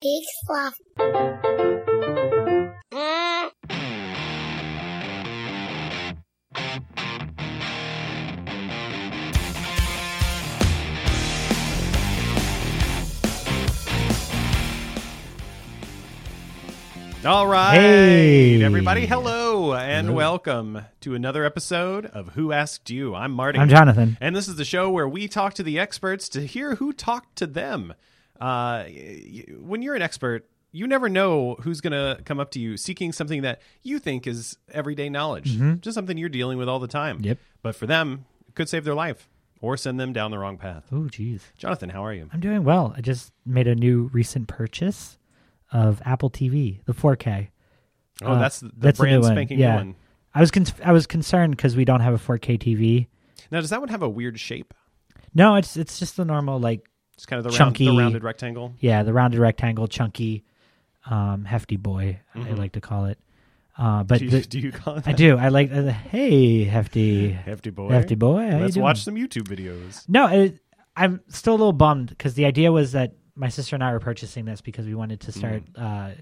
Big sloth. Mm. All right, Hey. everybody. Hello and welcome to another episode of Who Asked You. I'm Marty. I'm Jonathan. And this is the show where we talk to the experts to hear who talked to them. Uh, y- when you're an expert, you never know who's going to come up to you seeking something that you think is everyday knowledge, just something you're dealing with all the time. Mm-hmm. Yep. But for them, it could save their life or send them down the wrong path. Oh, jeez. Jonathan, how are you? I'm doing well. I just made a new recent purchase of Apple TV, the 4K. Oh, Uh, that's the a new brand spanking new yeah. one. I was con- I was concerned because we don't have a 4K TV. Now, does that one have a weird shape? No, it's it's just the normal like It's kind of the, round, Chunky. the rounded rectangle. yeah, the rounded rectangle, chunky, um, hefty boy. Mm-hmm. I like to call it. Uh, but Do you, the- do you call it I do. I like. Uh, hey, hefty, hefty boy? hefty boy. how you Let's doing? watch some YouTube videos. No, it, I'm still a little bummed because the idea was that my sister and I were purchasing this because we wanted to start Mm. uh,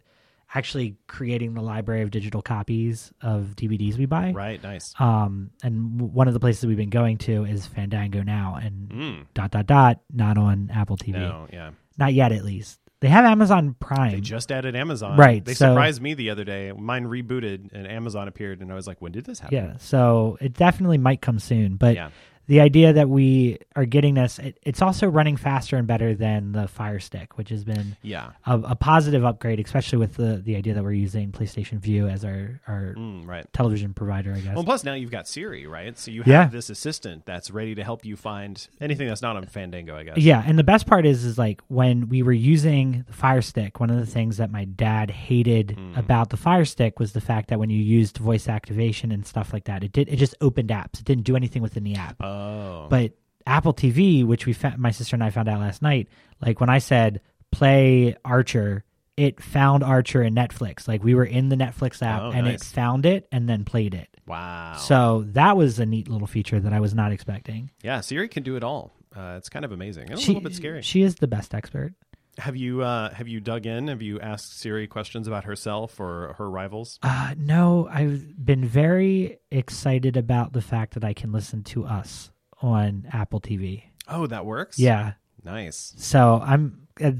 actually creating the library of digital copies of DVDs we buy. Right, nice. Um, and w- one of the places we've been going to is Fandango now, and Mm. dot dot dot, not on Apple TV, No, yeah. not yet at least. They have Amazon Prime. They just added Amazon. Right, They so- surprised me the other day. Mine rebooted and Amazon appeared, and I was like, when did this happen? yeah, so it definitely might come soon, but. Yeah. The idea that we are getting this, it, it's also running faster and better than the Fire Stick, which has been Yeah. a, a positive upgrade, especially with the, the idea that we're using PlayStation View as our, our Mm, right. television provider, I guess. Well, plus now you've got Siri, right? So you have Yeah. this assistant that's ready to help you find anything that's not on Fandango, I guess. yeah, and the best part is is like when we were using the Fire Stick, one of the things that my dad hated Hmm. about the Fire Stick was the fact that when you used voice activation and stuff like that, it did it just opened apps. It didn't do anything within the app. Oh. but Apple TV, which we fa- my sister and I found out last night, like when I said play Archer, it found Archer in Netflix. Like we were in the Netflix app Oh, and nice. it found it and then played it. wow. So that was a neat little feature that I was not expecting. yeah, Siri can do it all. Uh, it's kind of amazing. It's She- a little bit scary. She is the best expert. have you uh, have you dug in? Have you asked Siri questions about herself or her rivals? Uh, no, I've been very excited about the fact that I can listen to us on Apple TV. Oh, that works. Yeah. Nice. So I'm, I,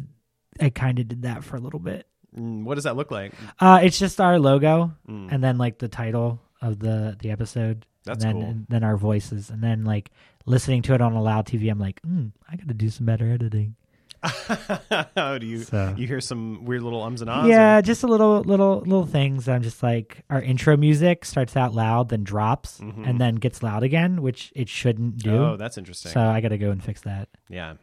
I kind of did that for a little bit. Mm, what does that look like? Uh, it's just our logo Mm. and then like the title of the, the episode. That's and then, cool. and then our voices. And then like listening to it on a loud TV, I'm like, mm, I got to do some better editing. How Oh, do you So- you hear some weird little ums and ahs? yeah, or- just a little, little, little things. that I'm just like our intro music starts out loud, then drops, and then gets loud again, which it shouldn't do. Mm-hmm. Oh, that's interesting. so I got to go and fix that. yeah.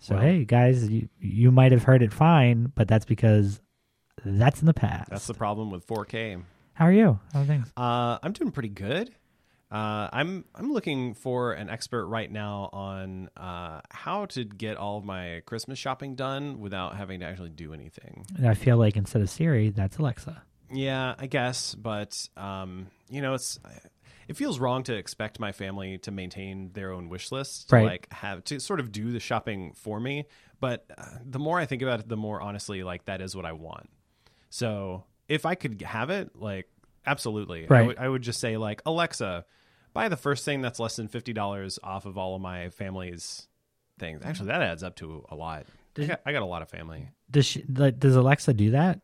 So Wow. hey, guys, you you might have heard it fine, but that's because that's in the past. That's the problem with 4K. How are you? How are things? Uh, I'm doing pretty good. Uh, I'm I'm looking for an expert right now on uh, how to get all of my Christmas shopping done without having to actually do anything. And I feel like instead of Siri, that's Alexa. Yeah, I guess, but um, you know, it's it feels wrong to expect my family to maintain their own wish list, to Right. like have to sort of do the shopping for me. But uh, the more I think about it, the more honestly, like that is what I want. So if I could have it, like absolutely, I Right. would- I would just say like Alexa, buy the first thing that's less than fifty dollars off of all of my family's things. Actually, that adds up to a lot. I Did- got, I got a lot of family. Does she, like, does Alexa do that?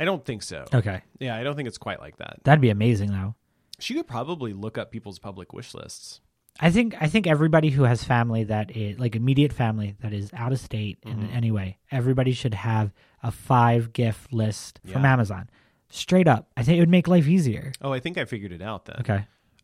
I don't think so. Okay, Yeah, I don't think it's quite like that. that'd be amazing though. She could probably look up people's public wish lists. I think I think everybody who has family that is like immediate family that is out of state Mm-hmm. in any way, everybody should have a five gift list from Yeah. Amazon. Straight up, I think it would make life easier. Oh, I think I figured it out then. Okay,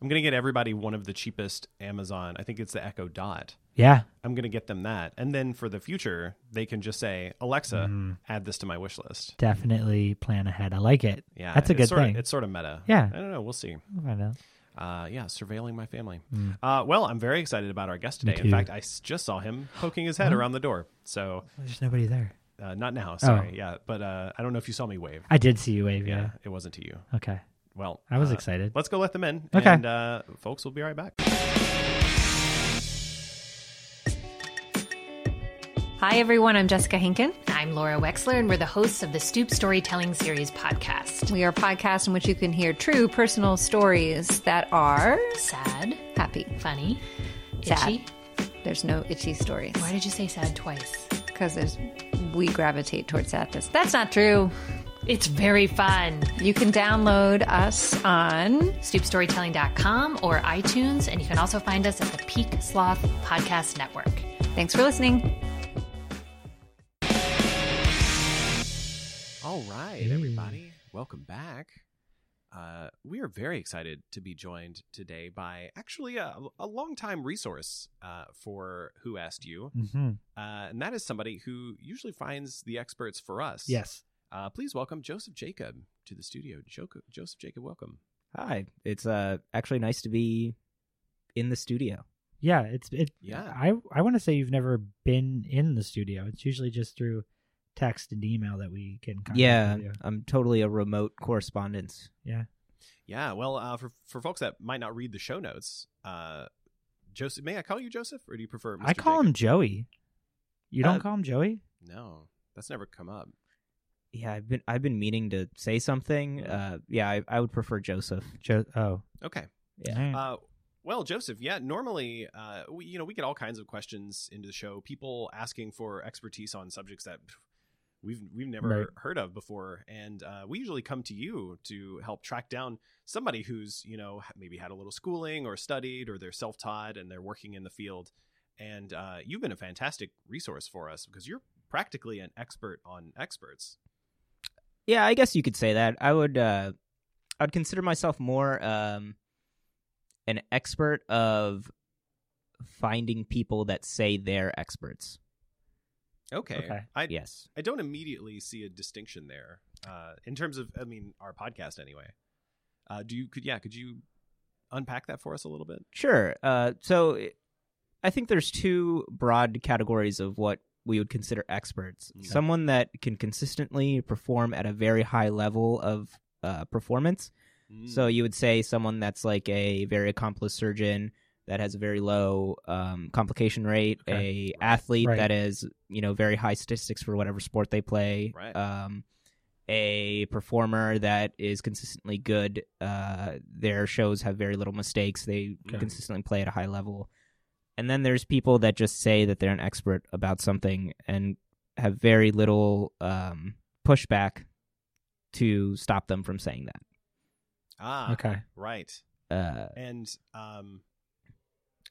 I'm going to get everybody one of the cheapest Amazon. I think it's the Echo Dot. yeah, I'm going to get them that. And then for the future, they can just say, Alexa, add this to my wish list. definitely plan ahead. I like it. Yeah. that's a it's good sorta- thing. It's sort of meta. Yeah. I don't know. We'll see. We'll find out. Uh, yeah, surveilling my family. Uh, well, I'm very excited about our guest today. In too. fact, I s- just saw him poking his head around the door. So, There's nobody there. uh, not now. Sorry. Yeah. But uh, I don't know if you saw me wave. I did see you wave. Yeah. It wasn't to you. Okay. Well, I was uh, excited. Let's go let them in. Okay. And uh, folks, we'll be right back. Hi, everyone. I'm Jessica Hinken. I'm Laura Wexler, and we're the hosts of the Stoop Storytelling Series podcast. We are a podcast in which you can hear true personal stories that are Sad, happy. funny, Sad. itchy. There's no itchy stories Why did you say sad twice? because there's we gravitate towards sadness. That's not true. It's very fun. You can download us on StoopStorytelling.com or iTunes, and you can also find us at the Peak Sloth Podcast Network. Thanks for listening. All right, everybody, welcome back. Uh, we are very excited to be joined today by actually a, a longtime resource uh, for Who Asked You, Mm-hmm. uh, and that is somebody who usually finds the experts for us. Yes. Uh, please welcome Joseph Jacob to the studio. Joco- Joseph Jacob, welcome. Hi. It's uh actually nice to be in the studio. Yeah, it's it. Yeah. I I want to say you've never been in the studio. It's usually just through text and email that we can. Contact yeah, with you. I'm totally a remote correspondence. Yeah, well, uh, for for folks that might not read the show notes, uh, Joseph, may I call you Joseph, or do you prefer? Mr. I call him Jacob? Joey. You don't Uh, call him Joey? No, that's never come up. Yeah, I've been I've been meaning to say something. Uh yeah, I, I would prefer Joseph. Jo- oh, Okay. Yeah. Alright. Uh, well, Joseph, yeah, normally, uh, we, you know, we get all kinds of questions into the show. People asking for expertise on subjects that pff, we've we've never Right. heard of before, and uh, we usually come to you to help track down somebody who's you know ha- maybe had a little schooling or studied or they're self taught and they're working in the field. And uh, you've been a fantastic resource for us because you're practically an expert on experts. Yeah, I guess you could say that. I would uh I'd consider myself more um an expert of finding people that say they're experts. Okay, Okay. I Yes. I don't immediately see a distinction there uh, in terms of, I mean, our podcast anyway. Uh, do you could yeah could you unpack that for us a little bit? Sure. Uh, so i- I think there's two broad categories of what we would consider experts. Okay. Someone that can consistently perform at a very high level of uh, performance. So you would say someone that's like a very accomplished surgeon that has a very low um, complication rate, Okay. a athlete Right. that is you know very high statistics for whatever sport they play, Right. um, a performer that is consistently good. Uh, their shows have very little mistakes. They Okay. consistently play at a high level. And then there's people that just say that they're an expert about something and have very little um, pushback to stop them from saying that. ah okay. right, Uh, and um,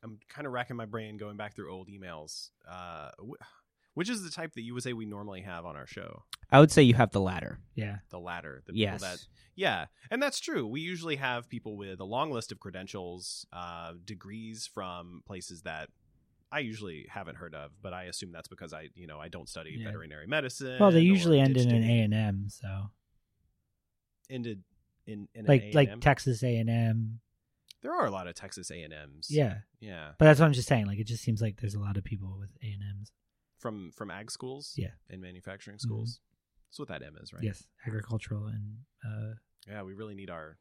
I'm kind of racking my brain going back through old emails. Uh, wh- which is the type that you would say we normally have on our show? I would say you have the latter. Yeah. The latter, the yes. people that Yeah, and that's true. We usually have people with a long list of credentials, uh, degrees from places that I usually haven't heard of, but I assume that's because I, you know, I don't study Yeah. veterinary medicine. Well, they or usually end in an ditched A and M, so it- Ended in, in like an A&M. like Texas A and M. there are a lot of Texas A and M's. Yeah, yeah, but that's what I'm just saying. Like, it just seems like there's a lot of people with A and M's. from from ag schools. Yeah. and manufacturing Mhm. schools. That's what that M is, right? Yes, agricultural and uh, Yeah, we really need our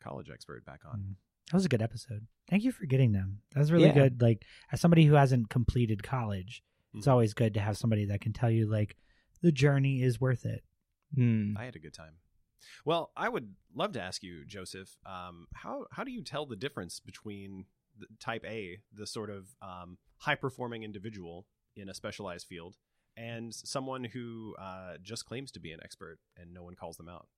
college expert back on. Mm. That was a good episode. Thank you for getting them. That was really Yeah. good. Like as somebody who hasn't completed college, it's Mhm. always good to have somebody that can tell you like the journey is worth it. Mm-hmm. Hmm. I had a good time. Well, I would love to ask you, Joseph. Um, how how do you tell the difference between the type A, the sort of um, high performing individual in a specialized field, and someone who uh, just claims to be an expert and no one calls them out?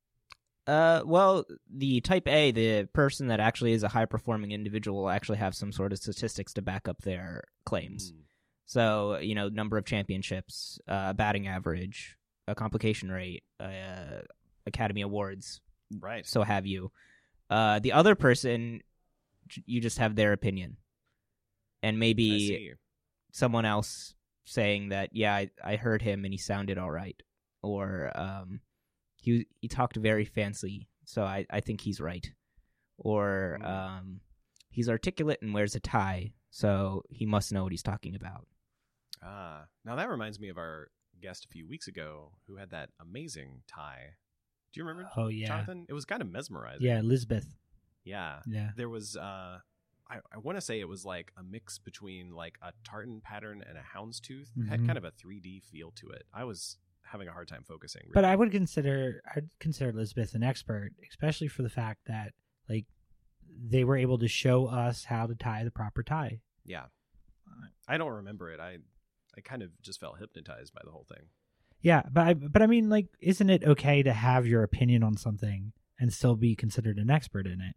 Uh, well, the type A, the person that actually is a high performing individual, will actually have some sort of statistics to back up their claims. Mm. So, you know, number of championships, uh, batting average, a complication rate, uh, Academy Awards, Mm, Right. so have you. Uh, the other person, j- you just have their opinion, and I maybe see. someone else saying that yeah I, I heard him and he sounded all right or um he he talked very fancy so i i think he's right or Mm. um he's articulate and wears a tie so he must know what he's talking about Ah, now that reminds me of our guest a few weeks ago who had that amazing tie. Do you remember, Oh yeah, Jonathan? It was kind of mesmerizing. yeah, Lisbeth. Yeah. Yeah, There was uh I, I want to say it was like a mix between like a tartan pattern and a houndstooth. It Mhm. had kind of a 3D feel to it. I was having a hard time focusing. Really. But I would consider I'd consider Elizabeth an expert, especially for the fact that like they were able to show us how to tie the proper tie. yeah, I don't remember it. I I kind of just felt hypnotized by the whole thing. Yeah, but I, but I mean, like, isn't it okay to have your opinion on something and still be considered an expert in it?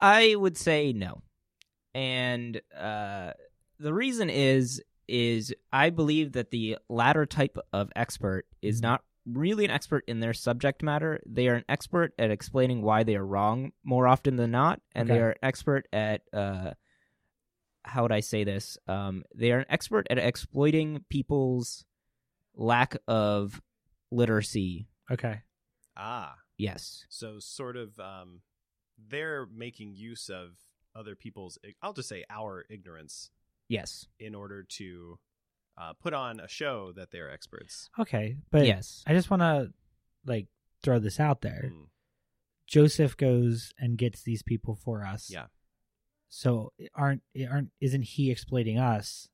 I would say no. And uh, the reason is is I believe that the latter type of expert is Mm-hmm. not really an expert in their subject matter. They are an expert at explaining why they are wrong more often than not, and they Okay. are an expert at uh, how would I say this? Um, they are an expert at exploiting people's lack of literacy. Okay. Ah, Yes. so sort of um, they're making use of other people's. I'll just say our ignorance Yes. in order to uh, put on a show that they're experts. Okay. But yes. I just want to like throw this out there. Mm. Joseph goes and gets these people for us. Yeah. So aren't aren't isn't he exploiting us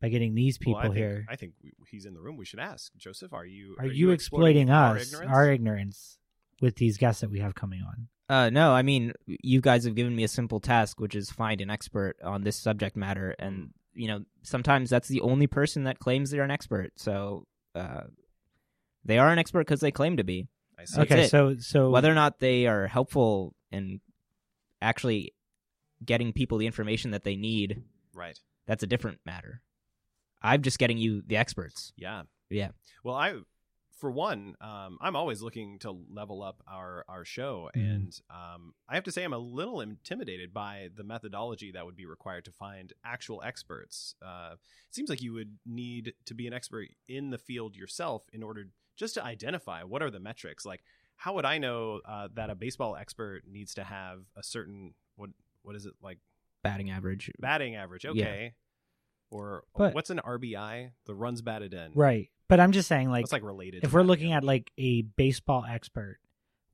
by getting these people Well, I think, here? I think we, he's in the room. We should ask Joseph. Are you are, you exploiting, our us, ignorance? our ignorance, with these guests that we have coming on? Uh, no, I mean, you guys have given me a simple task, which is find an expert on this subject matter, and you know, sometimes that's the only person that claims they're an expert. So, uh, they are an expert because they claim to be. I see. That's okay. it. So so Whether or not they are helpful in actually getting people the information that they need, Right. that's a different matter. I'm just getting you the experts. Yeah. Yeah. Well, I, for one, um, I'm always looking to level up our our show, Mhm. and um, I have to say I'm a little intimidated by the methodology that would be required to find actual experts. Uh, it seems like you would need to be an expert in the field yourself in order just to identify what are the metrics. Like, how would I know uh, that a baseball expert needs to have a certain what what is it like Batting average. batting average? Okay. Or But- what's an RBI? The runs batted in. right. But I'm just saying, like, That's like related. if to we're batting looking average. at like a baseball expert,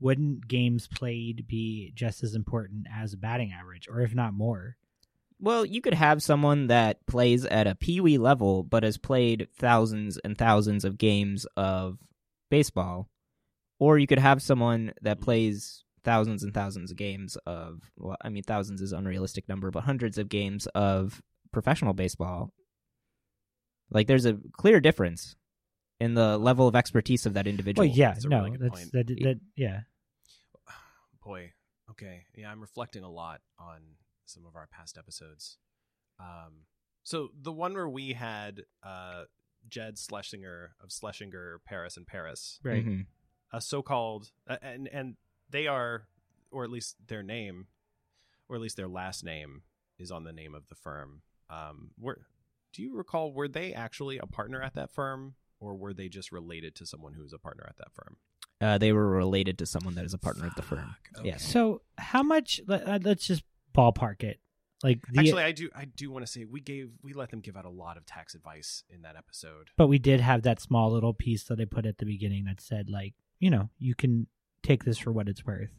wouldn't games played be just as important as batting average, or if not more? Well, you could have someone that plays at a peewee level, but has played thousands and thousands of games of baseball, or you could have someone that plays thousands and thousands of games of well, I mean, thousands is an unrealistic number, but hundreds of games of professional baseball. Like, there's a clear difference in the level of expertise of that individual. Well, yeah, That's a no, really good that's point. that, that. Yeah, boy okay yeah i'm reflecting a lot on some of our past episodes um so the one where we had uh jed schlesinger of schlesinger paris and paris right. Mhm. a so-called uh, and and they are or at least their name or at least their last name is on the name of the firm um were do you recall were they actually a partner at that firm or were they just related to someone who was a partner at that firm Uh, they were related to someone that is a partner of the firm. Fuck, okay. Yes. So how much? Let, uh, let's just ballpark it. Like the, Actually, I do. I do want to say we gave we let them give out a lot of tax advice in that episode. but we did have that small little piece that I put at the beginning that said, like, you know, you can take this for what it's worth.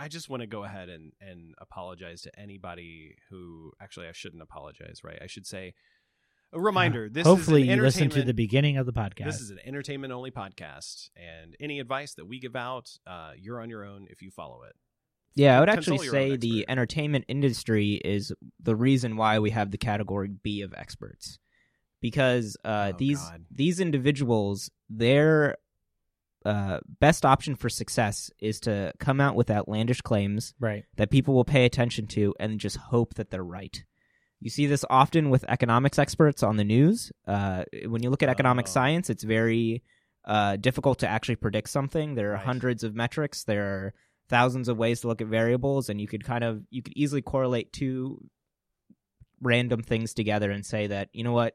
I just want to go ahead and and apologize to anybody who actually I shouldn't apologize, right? I should say a reminder. This Uh, Hopefully, is an you listen to the entertainment- beginning of the podcast. This is an entertainment only podcast, and any advice that we give out, uh, you're on your own if you follow it. Yeah, I would Consult actually your own say the expert. entertainment industry is the reason why we have the category B of experts, because uh, Oh, these God. these individuals their uh, best option for success is to come out with outlandish claims right. that people will pay attention to and just hope that they're right. You see this often with economics experts on the news. Uh, when you look at economic Oh. science, it's very uh, difficult to actually predict something. There are Right. hundreds of metrics. There are thousands of ways to look at variables, and you could kind of you could easily correlate two random things together and say that you know what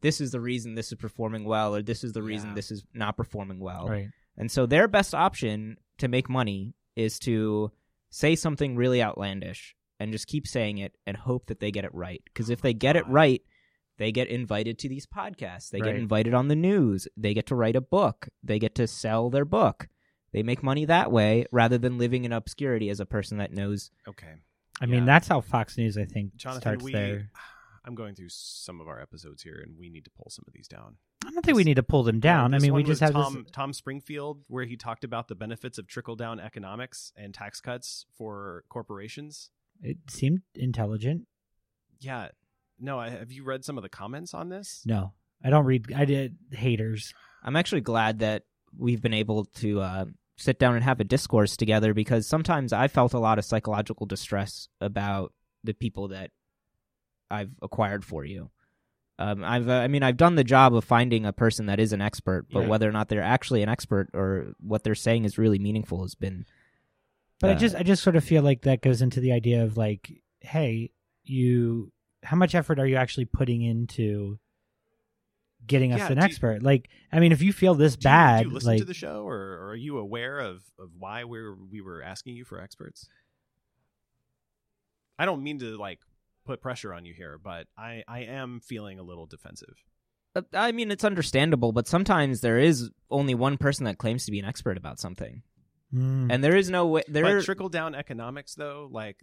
this is the reason this is performing well, or this is the reason Yeah. this is not performing well. Right. And so their best option to make money is to say something really outlandish and just keep saying it and hope that they get it right. Because if they get it God. right, they get invited to these podcasts, they Right. get invited on the news, they get to write a book, they get to sell their book. They make money that way rather than living in obscurity as a person that knows Okay. I mean, Yeah. that's how Fox News, I think, Jonathan, starts we. there. I'm going through some of our episodes here, and we need to pull some of these down. I don't think we need to pull them down. I This mean, we one just was have Tom, this. Tom Springfield, where he talked about the benefits of trickle down economics and tax cuts for corporations. It seemed intelligent. Yeah, no, I, have you read some of the comments on this? No, I don't read. I did haters. I'm actually glad that we've been able to uh, sit down and have a discourse together because sometimes I felt a lot of psychological distress about the people that I've acquired for you. Um, I've, uh, I mean, I've done the job of finding a person that is an expert, but Yeah. whether or not they're actually an expert or what they're saying is really meaningful has been. But I uh, just, I just sort of feel like that goes into the idea of like, hey, you, how much effort are you actually putting into getting us Yeah, an do you- expert? like, I mean, if you feel this Do you- bad, Do you listen like, to the show, or, or are you aware of, of why we were, we were asking you for experts? I don't mean to like put pressure on you here, but I, I am feeling a little defensive. Uh, I mean, it's understandable, but sometimes there is only one person that claims to be an expert about something, Mm. and there is no way. There but are- trickle down economics, though, like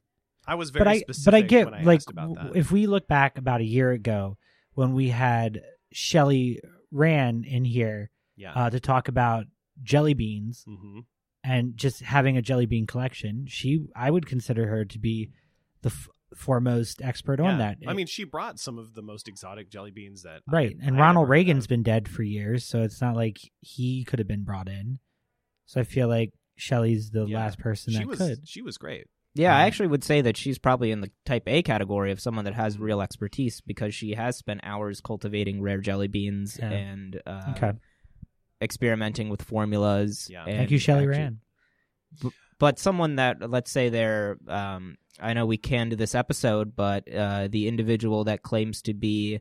I was very but I, specific but I get when I like asked about w- that. if we look back about a year ago when we had Shelly Ran in here yeah. uh, to talk about jelly beans hmm and just having a jelly bean collection, she I would consider her to be the f- foremost expert on that. I mean, she brought some of the most exotic jelly beans that I- right? and I Ronald ever Reagan's had. been dead for years, so it's not like he could have been brought in. So I feel like Shelly's the Yeah. last person she that was could. she was great. Yeah, I Um, actually would say that she's probably in the type A category of someone that has real expertise because she has spent hours cultivating rare jelly beans Yeah. and uh, Okay, experimenting with formulas. Yeah. and thank you, Shelly actu- Rand. But someone that, let's say they're, um, I know we canned this episode, but uh, the individual that claims to be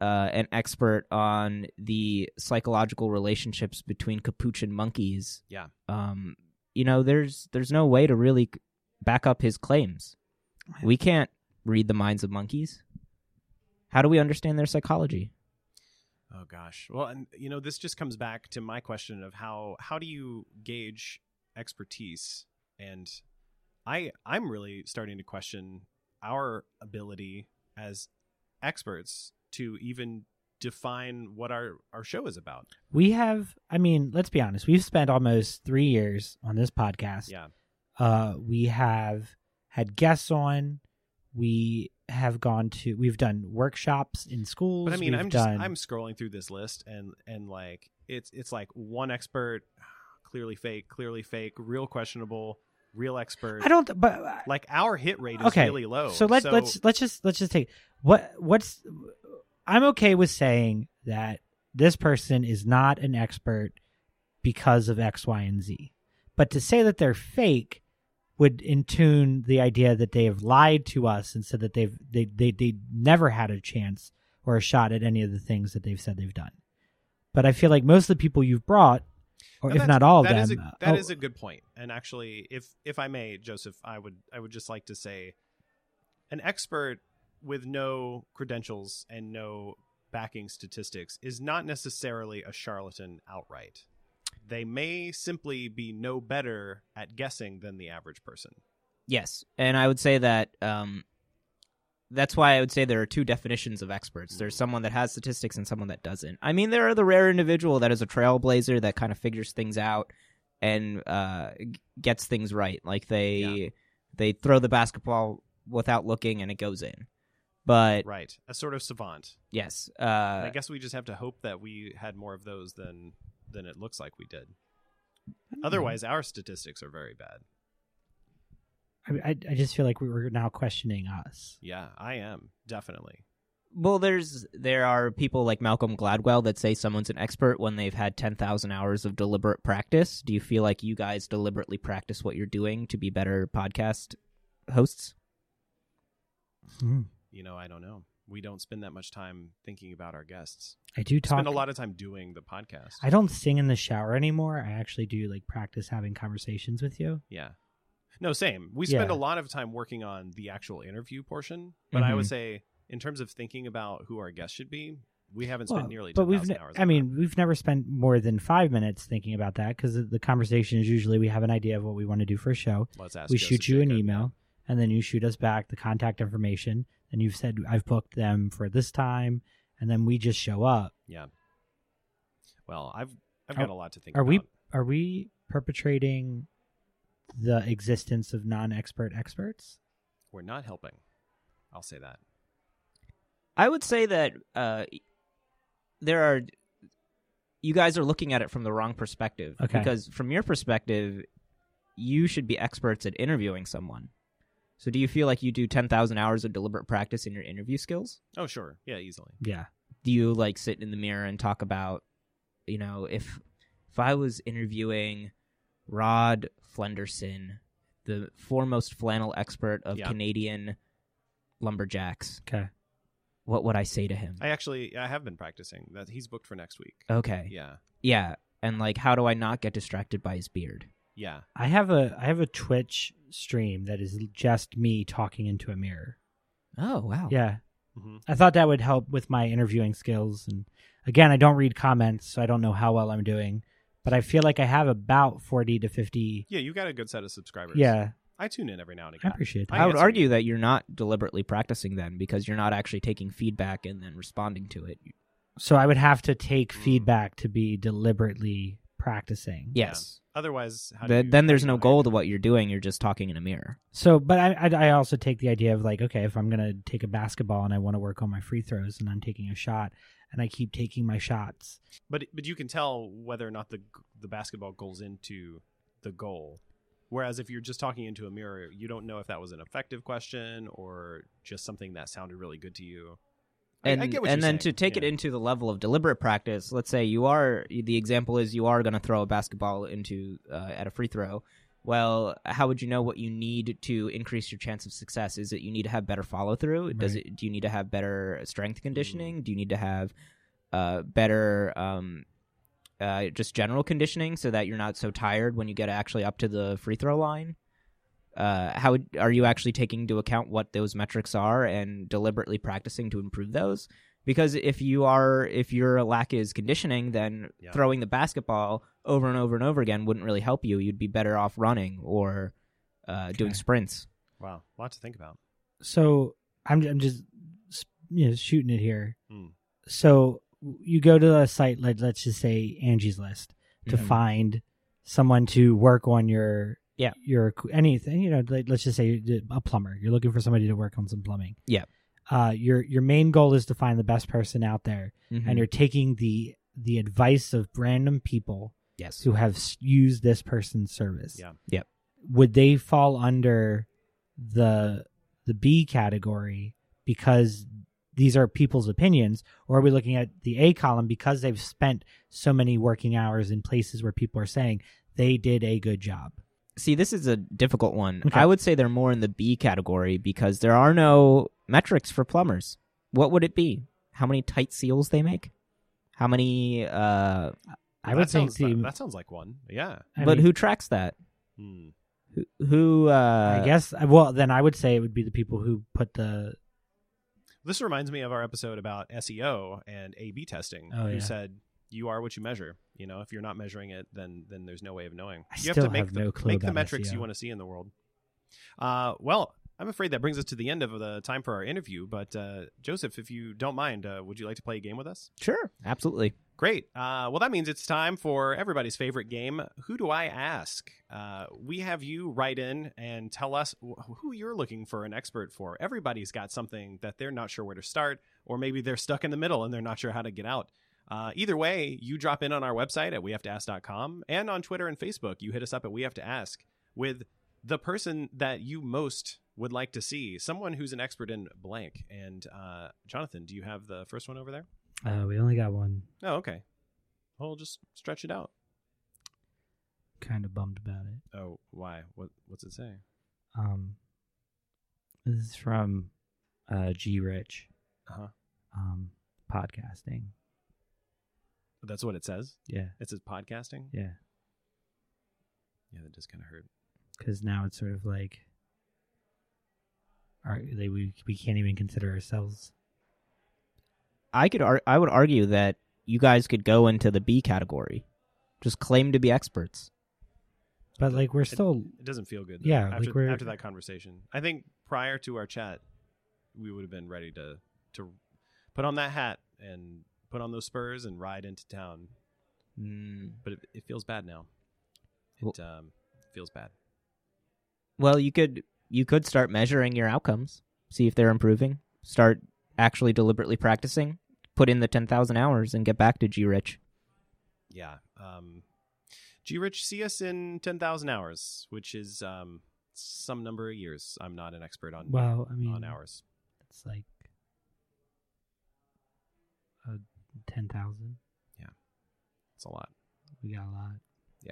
uh, an expert on the psychological relationships between capuchin monkeys. Yeah. Um, you know, there's there's no way to really c- back up his claims. We can't read the minds of monkeys. How do we understand their psychology? Oh gosh. Well, and you know, this just comes back to my question of how how do you gauge expertise? And I I'm really starting to question our ability as experts to even define what our our show is about. We have, I mean, let's be honest. We've spent almost three years on this podcast. Yeah. Uh, we have had guests on. We have gone to. We've done workshops in schools. But I mean, we've I'm just done, I'm scrolling through this list and and like it's it's like one expert clearly fake, clearly fake, real questionable, real expert. I don't. But like our hit rate is okay. really low. So let's let's let's just let's just take what what's. I'm okay with saying that this person is not an expert because of X, Y, and Z, but to say that they're fake would intune the idea that they have lied to us and said that they've they they they never had a chance or a shot at any of the things that they've said they've done. But I feel like most of the people you've brought, or No, if that's- not all of that them, is a- uh, that oh, is a good point. And actually, if if I may, Joseph, I would I would just like to say, an expert with no credentials and no backing statistics is not necessarily a charlatan outright. They may simply be no better at guessing than the average person. Yes, and I would say that um, that's why I would say there are two definitions of experts. There's someone that has statistics and someone that doesn't. I mean, there are the rare individual that is a trailblazer that kind of figures things out and uh, g- gets things right. Like they Yeah. they throw the basketball without looking and it goes in. But Right, a sort of savant. yes, And I uh, guess we just have to hope that we had more of those than than it looks like we did. Otherwise, our statistics are very bad. I, I I just feel like we were now questioning us. Yeah, I am definitely. well, there's there are people like Malcolm Gladwell that say someone's an expert when they've had ten thousand hours of deliberate practice. Do you feel like you guys deliberately practice what you're doing to be better podcast hosts? you know, I don't know. We don't spend that much time thinking about our guests. I do We talk Spend a lot of time doing the podcast. I don't sing in the shower anymore. I actually do like practice having conversations with you. yeah. No, same. We spend Yeah. a lot of time working on the actual interview portion, but I Mm-hmm. would say in terms of thinking about who our guest should be, we haven't spent Well, nearly but we've 10,000 ne- hours. I on mean, that. we've never spent more than five minutes thinking about that because the conversation is usually we have an idea of what we want to do for a show. let's ask we Joseph shoot you an Jacob. email, and then you shoot us back the contact information, and you've said I've booked them for this time, and then we just show up. Well, I've I've got Are- a lot to think. Are about. we are we perpetrating the existence of non-expert experts? We're not helping. I'll say that. I would say that uh, there are you guys are looking at it from the wrong perspective Okay. because from your perspective, you should be experts at interviewing someone. So, do you feel like you do ten thousand hours of deliberate practice in your interview skills? Oh, sure. Yeah, easily. Yeah. Do you like sit in the mirror and talk about, you know, if if I was interviewing Rod Flenderson, the foremost flannel expert of Yeah. Canadian lumberjacks, Okay. what would I say to him? I actually I have been practicing. That he's booked for next week. okay, Yeah. Yeah, and like, how do I not get distracted by his beard? Yeah. I have a I have a Twitch stream that is just me talking into a mirror. Oh wow. Yeah. Mhm. I thought that would help with my interviewing skills and again, I don't read comments, so I don't know how well I'm doing, but I feel like I have about 40 to 50 Yeah, you got a good set of subscribers. Yeah, I tune in every now and I again. appreciate I that. I would answer argue you. that you're not deliberately practicing then because you're not actually taking feedback and then responding to it. So I would have to take Mm. feedback to be deliberately practicing. Yes. Otherwise, how do Th- you, then how there's do you no hide goal it? to what you're doing. You're just talking in a mirror. So, but I, I I also take the idea of like, okay, if I'm gonna take a basketball and I want to work on my free throws and I'm taking a shot and I keep taking my shots, But but you can tell whether or not the the basketball goes into the goal. Whereas if you're just talking into a mirror, you don't know if that was an effective question or just something that sounded really good to you. I- And I, get what and you're then to saying. take it Yeah. into the level of deliberate practice, let's say you are the example is you are going to throw a basketball into uh, at a free throw. Well, how would you know what you need to increase your chance of success? Is it you need to have better follow through? Does Right. it? Do you need to have better strength conditioning? Mm. Do you need to have uh, better um, uh, just general conditioning so that you're not so tired when you get actually up to the free throw line? Uh, how would- are you actually taking into account what those metrics are and deliberately practicing to improve those? Because if you are, if your lack is conditioning, then Yeah. throwing the basketball over and over and over again wouldn't really help you. You'd be better off running or uh, doing Okay. sprints. Wow, a lot to think about. so I'm I'm just you know shooting it here. Hmm. Mm. So you go to a site like let's just say Angie's List to Mhm. find someone to work on your Yeah. your equ- anything you know like, let's just say the- a plumber you're looking for somebody to work on some plumbing Yeah. uh your your main goal is to find the best person out there Mm-hmm. and you're taking the the advice of random people yes, who have s- used this person's service. Yeah. Yep. Would they fall under the the B category because these are people's opinions, or are we looking at the A column because they've spent so many working hours in places where people are saying they did a good job? see, this is a difficult one. Okay. I would say they're more in the B category because there are no metrics for plumbers. What would it be? How many tight seals they make? How many? I Uh, That would think sounds, the. that, that sounds like one. Yeah. I but mean, who tracks that? Hmm. Who? who uh, I guess. Well, then I would say it would be the people who put the. This reminds me of our episode about SEO and A/B testing. Oh, who yeah. said you are what you measure. You know, if you're not measuring it, then then there's no way of knowing. I you still have to make have the, no clue make the about E metrics SEO. you want to see in the world. Uh, well, I'm afraid that brings us to the end of the time for our interview. But uh, Joseph, if you don't mind, uh, would you like to play a game with us? Sure, absolutely. Great. Uh, well, that means it's time for everybody's favorite game. Who do I ask? Uh, we have you write in and tell us wh- who you're looking for an expert for. Everybody's got something that they're not sure where to start, or maybe they're stuck in the middle and they're not sure how to get out. Uh, either way, you drop in on our website at wehavetoask.com and on Twitter and Facebook. You hit us up at We Have to Ask with the person that you most would like to see, someone who's an expert in blank. And uh, Jonathan, do you have the first one over there? Uh, we only got one. Oh, okay. Well, just stretch it out. Kind of bummed about it. Oh, why? What? What's it say? Um, this is from uh, G Rich Uh huh. um, podcasting. That's what it says. Yeah, It says podcasting. yeah. Yeah, that does kind of hurt. Because now it's sort of like, are they we we can't even consider ourselves. I could ar- I would argue that you guys could go into the B category. Just claim to be experts. But like we're still It doesn't feel good. though, Yeah, like After, we're- after that conversation, I think prior to our chat, we would have been ready to to put on that hat and put on those spurs and ride into town. Hmm. Mm. But it, it feels bad now. It um, feels bad. Well, you could you could start measuring your outcomes, see if they're improving. Start actually deliberately practicing. Put in the ten thousand hours and get back to G Rich. Yeah. Um, G Rich, see us in ten thousand hours, which is um, some number of years. I'm not an expert on well. I mean, on hours. it's like uh, ten thousand. It's a lot. We got a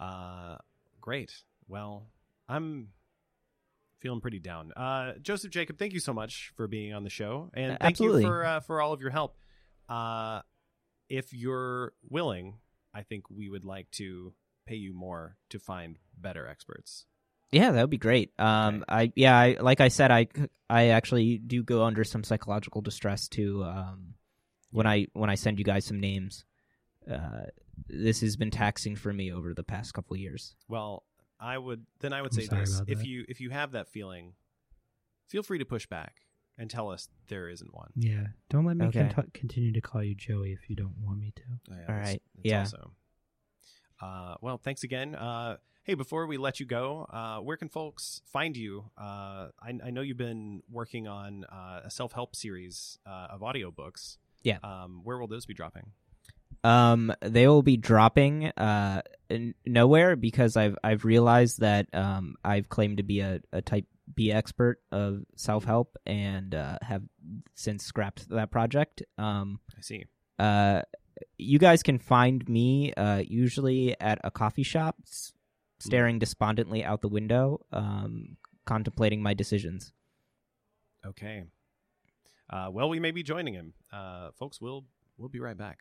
lot. Uh, great. Well, I'm feeling pretty down. Uh, Joseph Jacob, thank you so much for being on the show, and Uh, thank absolutely. you for uh, for all of your help. Uh, if you're willing, I think we would like to pay you more to find better experts. Yeah, that would be great. Um, Okay. I yeah, I like I said, I I actually do go under some psychological distress too. Um, when I when I send you guys some names, uh, this has been taxing for me over the past couple of years. Well, I would then I would I'm say sorry this: about if that. you if you have that feeling, feel free to push back and tell us there isn't one. Yeah. Don't let me Okay. cont- continue to call you Joey if you don't want me to. Yeah, All that's- right. that's Yeah. also- Uh, well, thanks again. Uh, hey, before we let you go, uh, where can folks find you? Uh, I, I know you've been working on uh, a self help series uh, of audiobooks. Yeah. Um, where will those be dropping? Um, they will be dropping uh n- nowhere because I've I've realized that um I've claimed to be a, a type B expert of self help and uh, have since scrapped that project. Um, I see. uh, you guys can find me uh usually at a coffee shop, s- staring despondently out the window, um, contemplating my decisions. Okay. Uh, well, we may be joining him. Uh, folks, we'll, we'll be right back.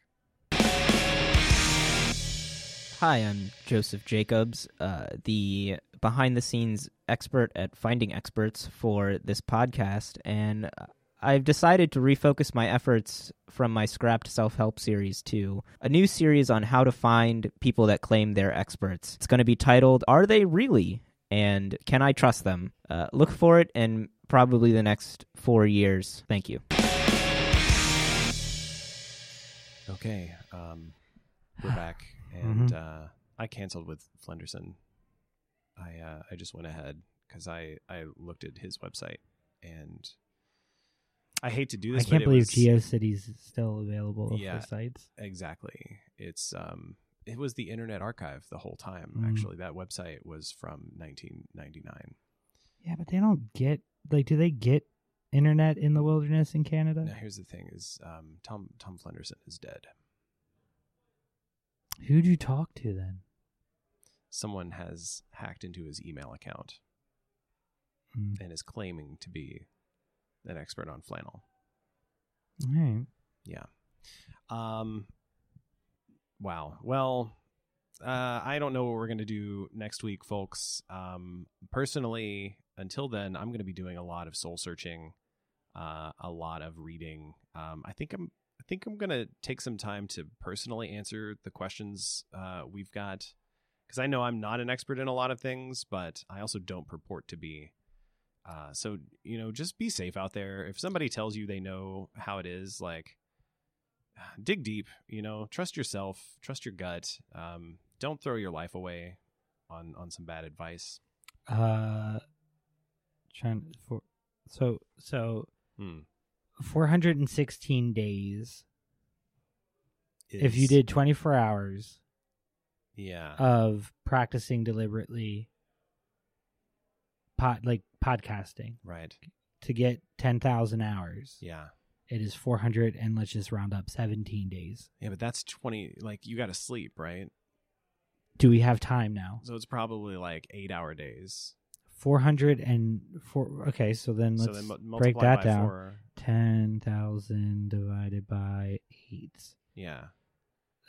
Hi, I'm Joseph Jacobs, uh, the behind the scenes expert at finding experts for this podcast, and uh, I've decided to refocus my efforts from my scrapped self help series to a new series on how to find people that claim they're experts. It's going to be titled Are They Really? and Can I Trust Them? Uh, look for it in probably the next four years. Thank you. Okay. Um, we're back. And Mm-hmm. uh, I canceled with Flenderson. I uh, I just went ahead because I, I looked at his website and I hate to do I this. but can't it believe was- GeoCities is still available Yeah. for sites. Exactly. It's um it was the Internet Archive the whole time. Mm. Actually, that website was from 1999. Yeah, but they don't get like, do they get internet in the wilderness in Canada? Now here's the thing: is um, Tom Tom Flenderson is dead. Who'd you talk to then? Someone has hacked into his email account Mm. and is claiming to be an expert on flannel. All right. Yeah. Um wow. Well, uh I don't know what we're going to do next week, folks. Um personally, until then, I'm going to be doing a lot of soul searching, uh a lot of reading. Um I think I'm I think I'm going to take some time to personally answer the questions uh we've got cuz I know I'm not an expert in a lot of things, but I also don't purport to be. Uh, so you know, just be safe out there. If somebody tells you they know how it is, like dig deep. You know, trust yourself, trust your gut. Um, don't throw your life away on on some bad advice. Uh, trying for so so Hmm. 416 days. If you Is- did uh, 24 hours yeah, of practicing deliberately, pod like podcasting right, to get 10,000 hours. yeah, It is 400 and let's just round up 17 days. yeah. But that's twenty. Like you got to sleep, right? Do we have time now? So it's probably like eight hour days. 400 and four. Okay, so then so let's then mu- break multiply that by down. four. 10,000 divided by 8. Yeah.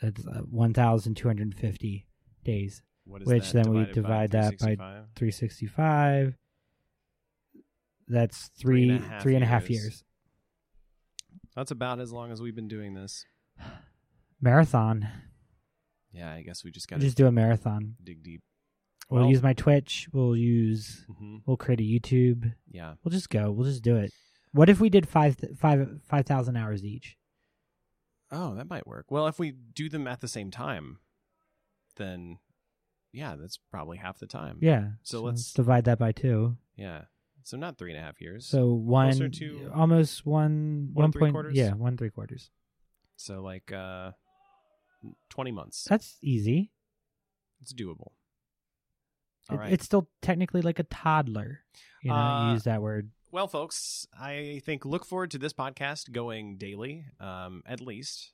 That's uh, 1,250 days. What is Which that then we divided divide that by 365? 365. That's Three three, and a half three and a half years. years. That's about as long as we've been doing this. Marathon. Yeah, I guess we just We'll gotta just do a marathon. dig deep. We'll Well- use my Twitch. We'll use. Mhm. We'll create a YouTube. Yeah, We'll just go. We'll just do it. What if we did five th- five five thousand hours each? Oh, that might work. Well, if we do them at the same time, then yeah, that's probably half the time. Yeah. So let's- divide that by two. Yeah. So not three and a half years. So, So one Closer to- almost one One one three point quarters? yeah one three quarters. like uh, twenty months. That's easy. it's doable. It- All right. It's still technically like a toddler. You know, Uh, you use that word. well, folks, I think look forward to this podcast going daily, um, at least.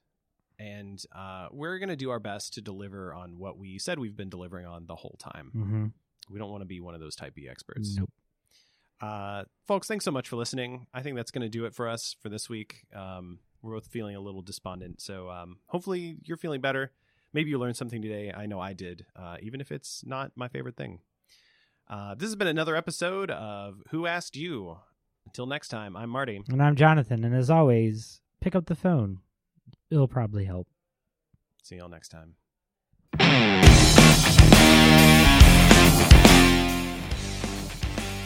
And uh, we're going to do our best to deliver on what we said we've been delivering on the whole time. Mm-hmm. We don't want to be one of those type B experts. Nope. uh, folks, thanks so much for listening. I think that's going to do it for us for this week. Um, we're both feeling a little despondent, so um, hopefully you're feeling better. Maybe you learned something today. I know I did, uh, even if it's not my favorite thing. Uh, this has been another episode of Who Asked You. Until next time, I'm Marty. And I'm Jonathan, and as always, pick up the phone. It'll probably help. See y'all next time.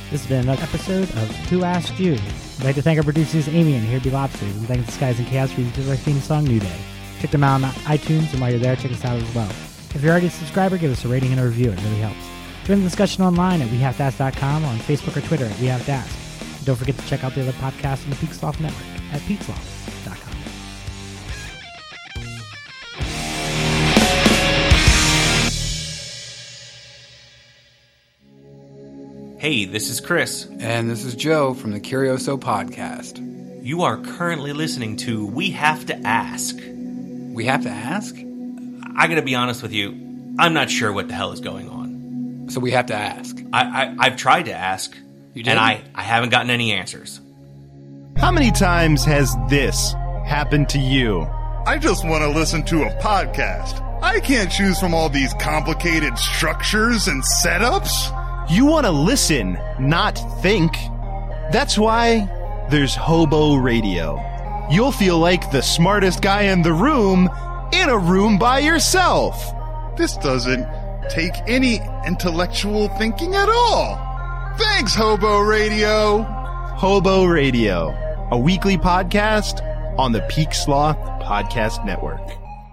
This has been another episode of Who Asked You. I'd like to thank our producers Amy and Here Be Lobsters, and thank the Skies and Chaos for using our theme song New Day. Check them out on iTunes, and while you're there, check us out as well. If you're already a subscriber, give us a rating and a review. It really helps. Join the discussion online at WeHaveToAsk.com or on Facebook or Twitter at WeHaveToAsk. And don't forget to check out the other podcasts on the Peaksloft Network at peaksloft.com. Hey, this is Chris. And this is Joe from the Curioso podcast. You are currently listening to We Have to Ask. We have to ask? I gotta be honest with you, I'm not sure what the hell is going on. So we have to ask. I, I, I've tried to ask, did? and I, I haven't gotten any answers. How many times has this happened to you? I just want to listen to a podcast. I can't choose from all these complicated structures and setups. You want to listen, not think. That's why there's Hobo Radio. You'll feel like the smartest guy in the room in a room by yourself. This doesn't take any intellectual thinking at all. Thanks, Hobo Radio. Hobo Radio, a weekly podcast on the Peak Sloth Podcast Network.